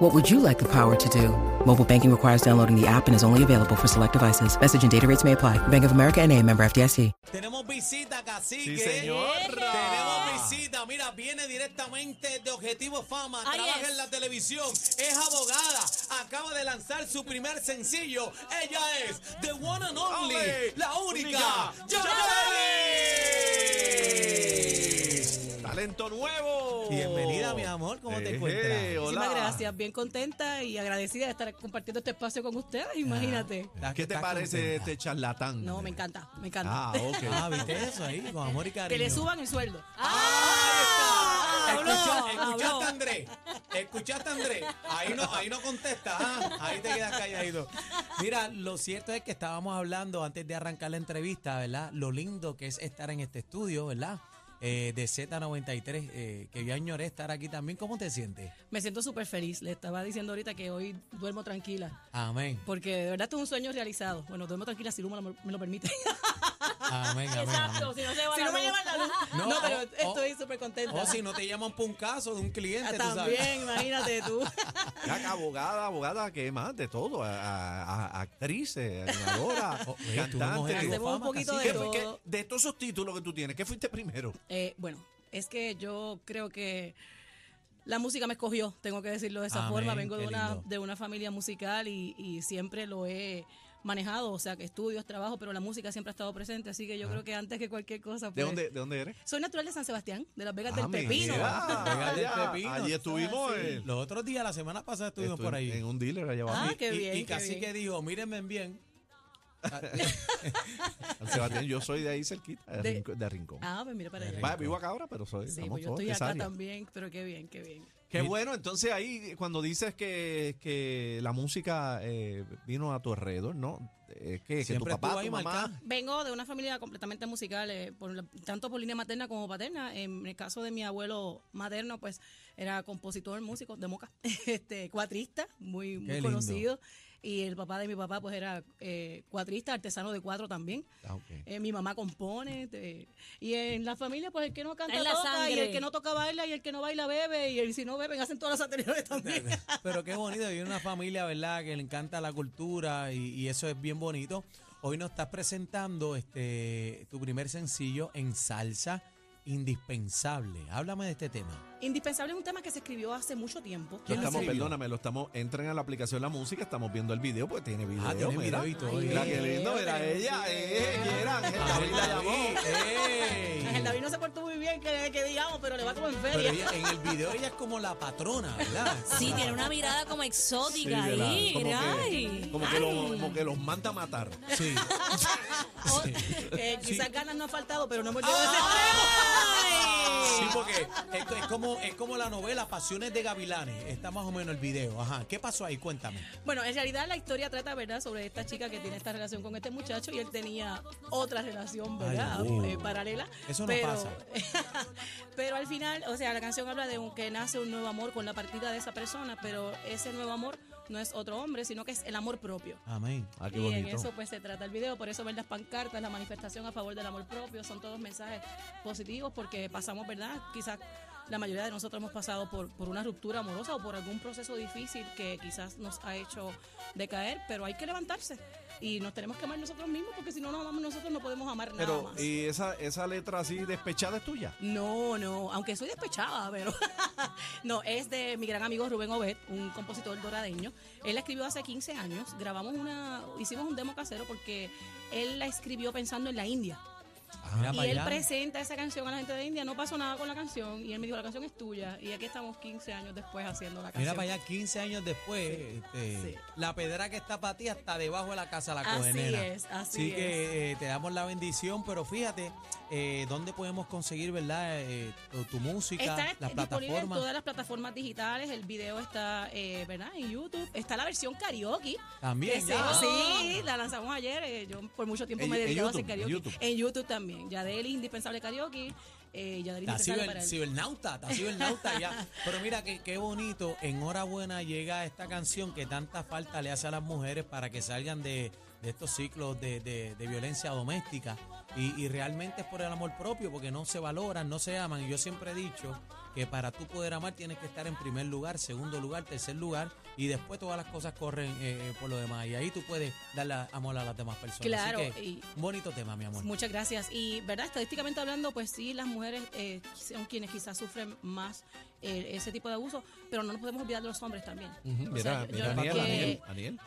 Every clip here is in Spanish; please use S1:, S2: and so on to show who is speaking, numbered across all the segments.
S1: What would you like the power to do? Mobile banking requires downloading the app and is only available for select devices. Message and data rates may apply. Bank of America and a member FDIC.
S2: Tenemos visita, cacique.
S3: Sí, señor.
S2: Tenemos visita. Mira, viene directamente de Objetivo Fama.
S4: Ahí
S2: trabaja
S4: es.
S2: en la televisión. Es abogada. Acaba de lanzar su primer sencillo. Ella es The One and Only.
S3: Only.
S2: La única.
S3: Única.
S2: Yandel.
S3: Talento nuevo.
S2: Bienvenida, mi amor. ¿Cómo te
S3: Eh,
S2: encuentras?
S3: eh, hola.
S4: Muchísimas gracias, bien contenta y agradecida de estar compartiendo este espacio con
S2: Ah.
S4: ustedes, imagínate.
S3: ¿Qué te
S2: ¿Estás
S3: parece
S2: contenta?
S3: este charlatán?
S4: No, me encanta, me encanta.
S3: Ah, ok.
S2: Ah, ¿viste eso ahí? Con amor y cariño.
S4: que le suban el sueldo.
S2: Ah,
S4: Habló,
S2: escucha-
S4: habló.
S2: Escuchaste, Andrés. Escuchaste, Andrés. Ahí no, ahí no contestas. ah, Ahí te quedas calladito. Mira, lo cierto es que estábamos hablando antes de arrancar la entrevista, ¿verdad? Lo lindo que es estar en este estudio, ¿verdad? Eh, de Z93, eh, que yo añoré estar aquí también. ¿Cómo te sientes?
S4: Me siento súper feliz. Le estaba diciendo ahorita que hoy duermo tranquila.
S2: Amén.
S4: Porque de verdad esto es un sueño realizado. Bueno, duermo tranquila si Luma lo- me lo permite.
S2: Amén, amén. amén.
S4: si no, me llevan la luz.
S2: No,
S4: No, pero
S2: o-
S4: estoy súper contenta. Ah,
S2: O si no te llaman por un caso de un cliente, tú sabes.
S4: También, imagínate tú.
S3: Ah, Ya que abogada, abogada, ¿qué más? De todo. A, a- a- actrices, animadora,
S2: Oh, oye, tuvimos
S3: cantante.
S2: algo
S3: ¿Qué-
S4: Hacemos un
S2: fama,
S4: poquito
S2: cacique.
S4: de
S3: qué-
S4: todo.
S3: de todos esos títulos que tú tienes, ¿qué fuiste primero?
S4: Eh, bueno, es que yo creo que la música me escogió, tengo que decirlo de esa
S2: Amén,
S4: forma. Vengo
S2: qué
S4: de una,
S2: lindo.
S4: de una familia musical y, y siempre lo he manejado, o sea, que estudios, trabajo, pero la música siempre ha estado presente, así que yo creo que antes que cualquier cosa...
S3: Ah. ¿De
S4: pues,
S3: dónde, de dónde eres?
S4: Soy natural de San Sebastián, de Las Vegas
S3: Ah,
S4: del
S3: mira,
S4: Pepino.
S2: Vegas del
S3: allá,
S2: Pepino.
S3: Allí estuvimos. eh,
S2: Los otros días, la semana pasada, estuvimos
S3: estu-
S2: por ahí.
S3: En un dealer allá abajo.
S4: Ah,
S2: Y-
S4: qué
S2: y-
S4: bien,
S2: Y
S4: qué
S2: casi
S4: bien.
S2: que dijo, mírenme bien.
S3: San Sebastián, yo soy de ahí cerquita, de,
S4: De-
S3: Rincón. de Rincón.
S4: Ah, pues mira para
S2: Qué
S4: allá.
S3: Va, vivo acá ahora, pero soy.
S4: Sí,
S3: estamos
S4: pues yo
S3: todos
S4: estoy
S3: de
S4: acá
S3: Saria.
S4: también, pero qué bien, qué bien.
S3: Qué
S2: Mi-
S3: bueno, entonces ahí cuando dices que, que la música eh, vino a tu alrededor, ¿no? Eh, que, que tu
S2: Siempre estuvo
S3: papá,
S2: ahí
S3: tu mamá,
S2: marcada.
S4: Vengo de una familia completamente musical, eh, por la- tanto por línea materna como paterna. En el caso de mi abuelo materno, pues era compositor, músico de Moca, este, cuatrista, muy,
S2: Qué
S4: muy
S2: lindo.
S4: conocido. Y el papá de mi papá, pues era eh, cuatrista, artesano de cuatro también.
S3: Ah, ok.
S4: Eh, mi mamá compone. te- y en la familia, pues el que no canta
S5: Está en la
S4: toca, y el
S5: sangre.
S4: que no toca baila, y el que no baila bebe, y el- si no beben hacen todas las anteriores también.
S2: Pero qué bonito, vive una familia, ¿verdad? Que le encanta la cultura y, y eso es bien bonito. Hoy nos estás presentando este tu primer sencillo en salsa indispensable. Háblame de este tema.
S4: Indispensable es un tema que se escribió hace mucho tiempo.
S3: Lo
S2: ¿Quién
S3: estamos,
S2: escribió?
S3: perdóname, lo estamos, entren a la aplicación La Música, estamos viendo el video, pues tiene video.
S2: Ah, tiene
S3: mira.
S2: video y todo.
S4: Ay,
S3: Mira
S2: Ey,
S3: qué lindo, era ella, eh, que era Ángel David la llamó.
S2: Ah, ey.
S4: Ángel David no se portó muy bien, que, que digamos, pero le va como en
S2: Pero
S4: feria.
S2: ella- en el video ella es como la patrona, ¿verdad? Ah.
S5: Sí, tiene una mirada como
S3: Sí,
S5: exótica
S3: de la-
S5: ahí.
S3: como, que,
S5: ay.
S3: como, que lo- como que los manda a matar.
S2: Sí. Sí. Ah.
S4: Eh, quizás ganas no ha faltado, pero no hemos llegado
S2: Sí, porque es, es como, es como la novela Pasiones de Gavilanes. Está más o menos el video. Ajá. ¿Qué pasó ahí? Cuéntame.
S4: Bueno, en realidad la historia trata, ¿verdad?, sobre esta chica que tiene esta relación con este muchacho y él tenía otra relación, ¿verdad?,
S2: Ay, wow.
S4: Eh, paralela.
S2: Eso no pasa.
S4: pero al final, o sea, la canción habla de un, que nace un nuevo amor con la partida de esa persona, pero ese nuevo amor no es otro hombre, sino que es el amor propio.
S2: Amén.
S3: Ah, qué
S4: Y en
S3: bonito.
S4: eso pues se trata el video, por eso ver las pancartas, la manifestación a favor del amor propio, son todos mensajes positivos porque pasamos, ¿verdad? Quizás la mayoría de nosotros hemos pasado por, por una ruptura amorosa o por algún proceso difícil que quizás nos ha hecho decaer, pero hay que levantarse y nos tenemos que amar nosotros mismos porque si no nos amamos nosotros no podemos amar nada
S3: Pero,
S4: más.
S3: ¿y esa, esa letra así despechada es tuya?
S4: No, no, aunque soy despechada, pero no, es de mi gran amigo Rubén Obed, un compositor doradeño. Él la escribió hace 15 años, grabamos una, hicimos un demo casero porque él la escribió pensando en la India.
S3: Ah,
S2: Mira
S4: Y
S2: pa'
S4: él
S2: allá.
S4: presenta esa canción a la gente de India, no pasó nada con la canción y él me dijo, la canción es tuya y aquí estamos 15 años después haciendo la
S2: Mira
S4: canción.
S2: para allá, 15 años después, este,
S4: sí.
S2: la pedra que está para ti hasta debajo de la casa la
S4: Así
S2: cogenera.
S4: es, así
S2: Así
S4: es.
S2: que eh, te damos la bendición, pero fíjate, eh, ¿dónde podemos conseguir, verdad, eh, tu, tu música,
S4: Está
S2: las
S4: disponible en
S2: plataformas?
S4: todas las plataformas digitales, el video está, eh, ¿verdad? En YouTube. Está la versión karaoke.
S2: También,
S4: que
S2: ya.
S4: se- sí, la lanzamos ayer. eh, yo por mucho tiempo
S3: En-
S4: me he
S3: en
S4: dedicado a hacer
S3: YouTube, en
S4: karaoke.
S3: YouTube.
S4: también. Yadel indispensable karaoke. Eh, Yadel
S2: Está
S4: indispensable
S2: ciber,
S4: para él.
S2: cibernauta, está cibernauta ya. Pero mira que- qué, bonito, enhorabuena llega esta canción que tanta falta le hace a las mujeres para que salgan de, de estos ciclos de, de- de violencia doméstica. Y, y realmente es por el amor propio, porque no se valoran, no se aman. Y yo siempre he dicho que para tú poder amar tienes que estar en primer lugar, segundo lugar, tercer lugar, y después todas las cosas corren eh, por lo demás. Y ahí tú puedes darle amor a las demás personas.
S4: Claro,
S2: Así que,
S4: y-
S2: un bonito tema, mi amor.
S4: Muchas gracias. Y, ¿verdad? Estadísticamente hablando, pues sí, las mujeres eh, son quienes quizás sufren más eh, ese tipo de abuso, pero no nos podemos olvidar de los hombres también.
S3: Ujú,
S4: O sea,
S3: Mira,
S4: yo-
S3: mira, Aniel,
S4: yo- que-
S3: Aniel, Aniel.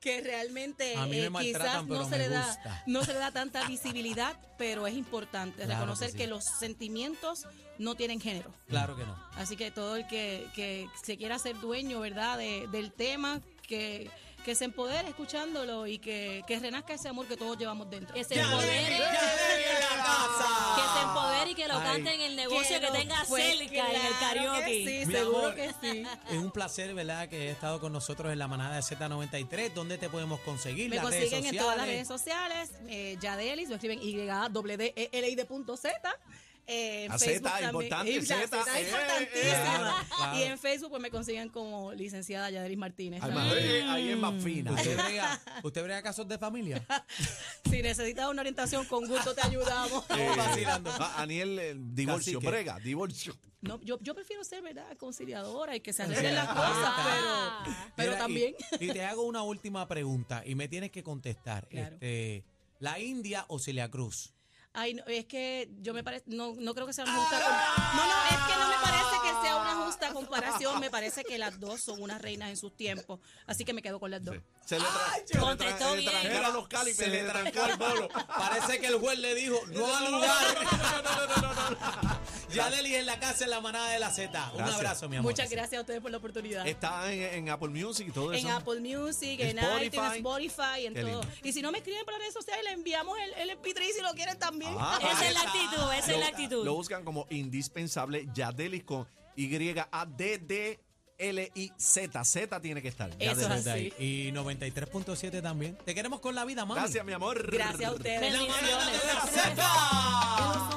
S4: que realmente
S2: A mí me
S4: eh, quizás
S2: maltratan,
S4: no
S2: pero
S4: se
S2: me
S4: le da
S2: gusta.
S4: no se le da tanta visibilidad, pero es importante
S2: Claro que
S4: reconocer que,
S2: sí.
S4: los sentimientos no tienen género.
S2: Claro que no.
S4: Así que todo el que, que se quiera ser dueño, ¿verdad?, de- del tema, que, que se empodere escuchándolo y que, que renazca ese amor que todos llevamos dentro.
S5: Que se empodere. Que se empodere y que lo
S2: Ay.
S5: cante en el negocio que,
S4: lo-
S5: tenga
S4: pues,
S5: cerca, en el
S4: claro que
S5: karaoke.
S4: Sí,
S2: Mi
S4: seguro
S2: amor.
S4: que sí.
S2: Es un placer, ¿verdad?, que he estado con nosotros en la manada de Z93. ¿Dónde te podemos conseguir?
S4: Me
S2: las
S4: consiguen
S2: redes
S4: en
S2: sociales.
S4: todas las redes sociales. Eh, Yadelis, lo escriben y d e l i d punto Z. Eh, en
S3: La
S4: Facebook
S3: Z,
S4: también.
S3: importante,
S4: Y la
S3: Z, eh,
S4: importantísima.
S2: eh, claro.
S4: Y en Facebook pues me consiguen como licenciada Yadelis Martínez.
S3: Ay,
S4: ¿no?
S3: madre, Ahí es más fina. eh.
S2: ¿Usted brega, ¿Usted brega casos de familia?
S4: Si necesitas una orientación, con gusto te ayudamos.
S3: Eh,
S2: vacilando.
S3: ah, Aniel, eh, divorcio,
S2: Cacique.
S3: brega, divorcio.
S4: No, yo, yo prefiero ser, ¿verdad? Conciliadora y que se
S2: Sí,
S4: arreglen las
S2: ahí
S4: cosas,
S2: está.
S4: pero, pero
S2: Mira, y-
S4: también.
S2: Y, te hago una última pregunta y me tienes que contestar.
S4: Claro.
S2: Este, ¿La India o Celia Cruz?
S4: Ay, no, es que yo me parece, no, no creo que sea una justa comparación. No, no, es que no me parece que sea una justa comparación. Me parece que las dos son unas reinas en sus tiempos. Así que me quedo con las dos.
S3: Se le, tra- se le tra-
S5: contestó
S3: se le
S5: bien.
S3: trancaron los calipers,
S2: Se le trancó el bolo. Parece que el juez le dijo, no al lugar. Yadeli en la casa, en la manada de la Z. Un
S3: Gracias.
S2: abrazo, mi amor.
S4: Muchas gracias a ustedes por la oportunidad.
S3: Está en, en Apple Music y todo
S4: En
S3: eso.
S4: Apple Music, en
S3: Spotify.
S4: iTunes, Spotify, en
S3: Qué
S4: todo.
S3: lindo.
S4: Y si no me escriben por las redes sociales, le enviamos el, el MP3 si lo quieren también.
S3: Ah,
S5: Esa es la
S3: ahí está.
S5: actitud, esa es
S3: Lo-
S5: la actitud.
S3: Lo buscan como indispensable Yadelis con Y-A-D-D-L-I-Z. Z tiene que estar.
S4: Eso
S3: Yadelis.
S4: es así.
S2: Y 93.7 también. Te queremos con la vida, mami.
S3: Gracias, mi amor.
S4: Gracias a ustedes.
S5: Bendiciones.
S2: ¡Zeta!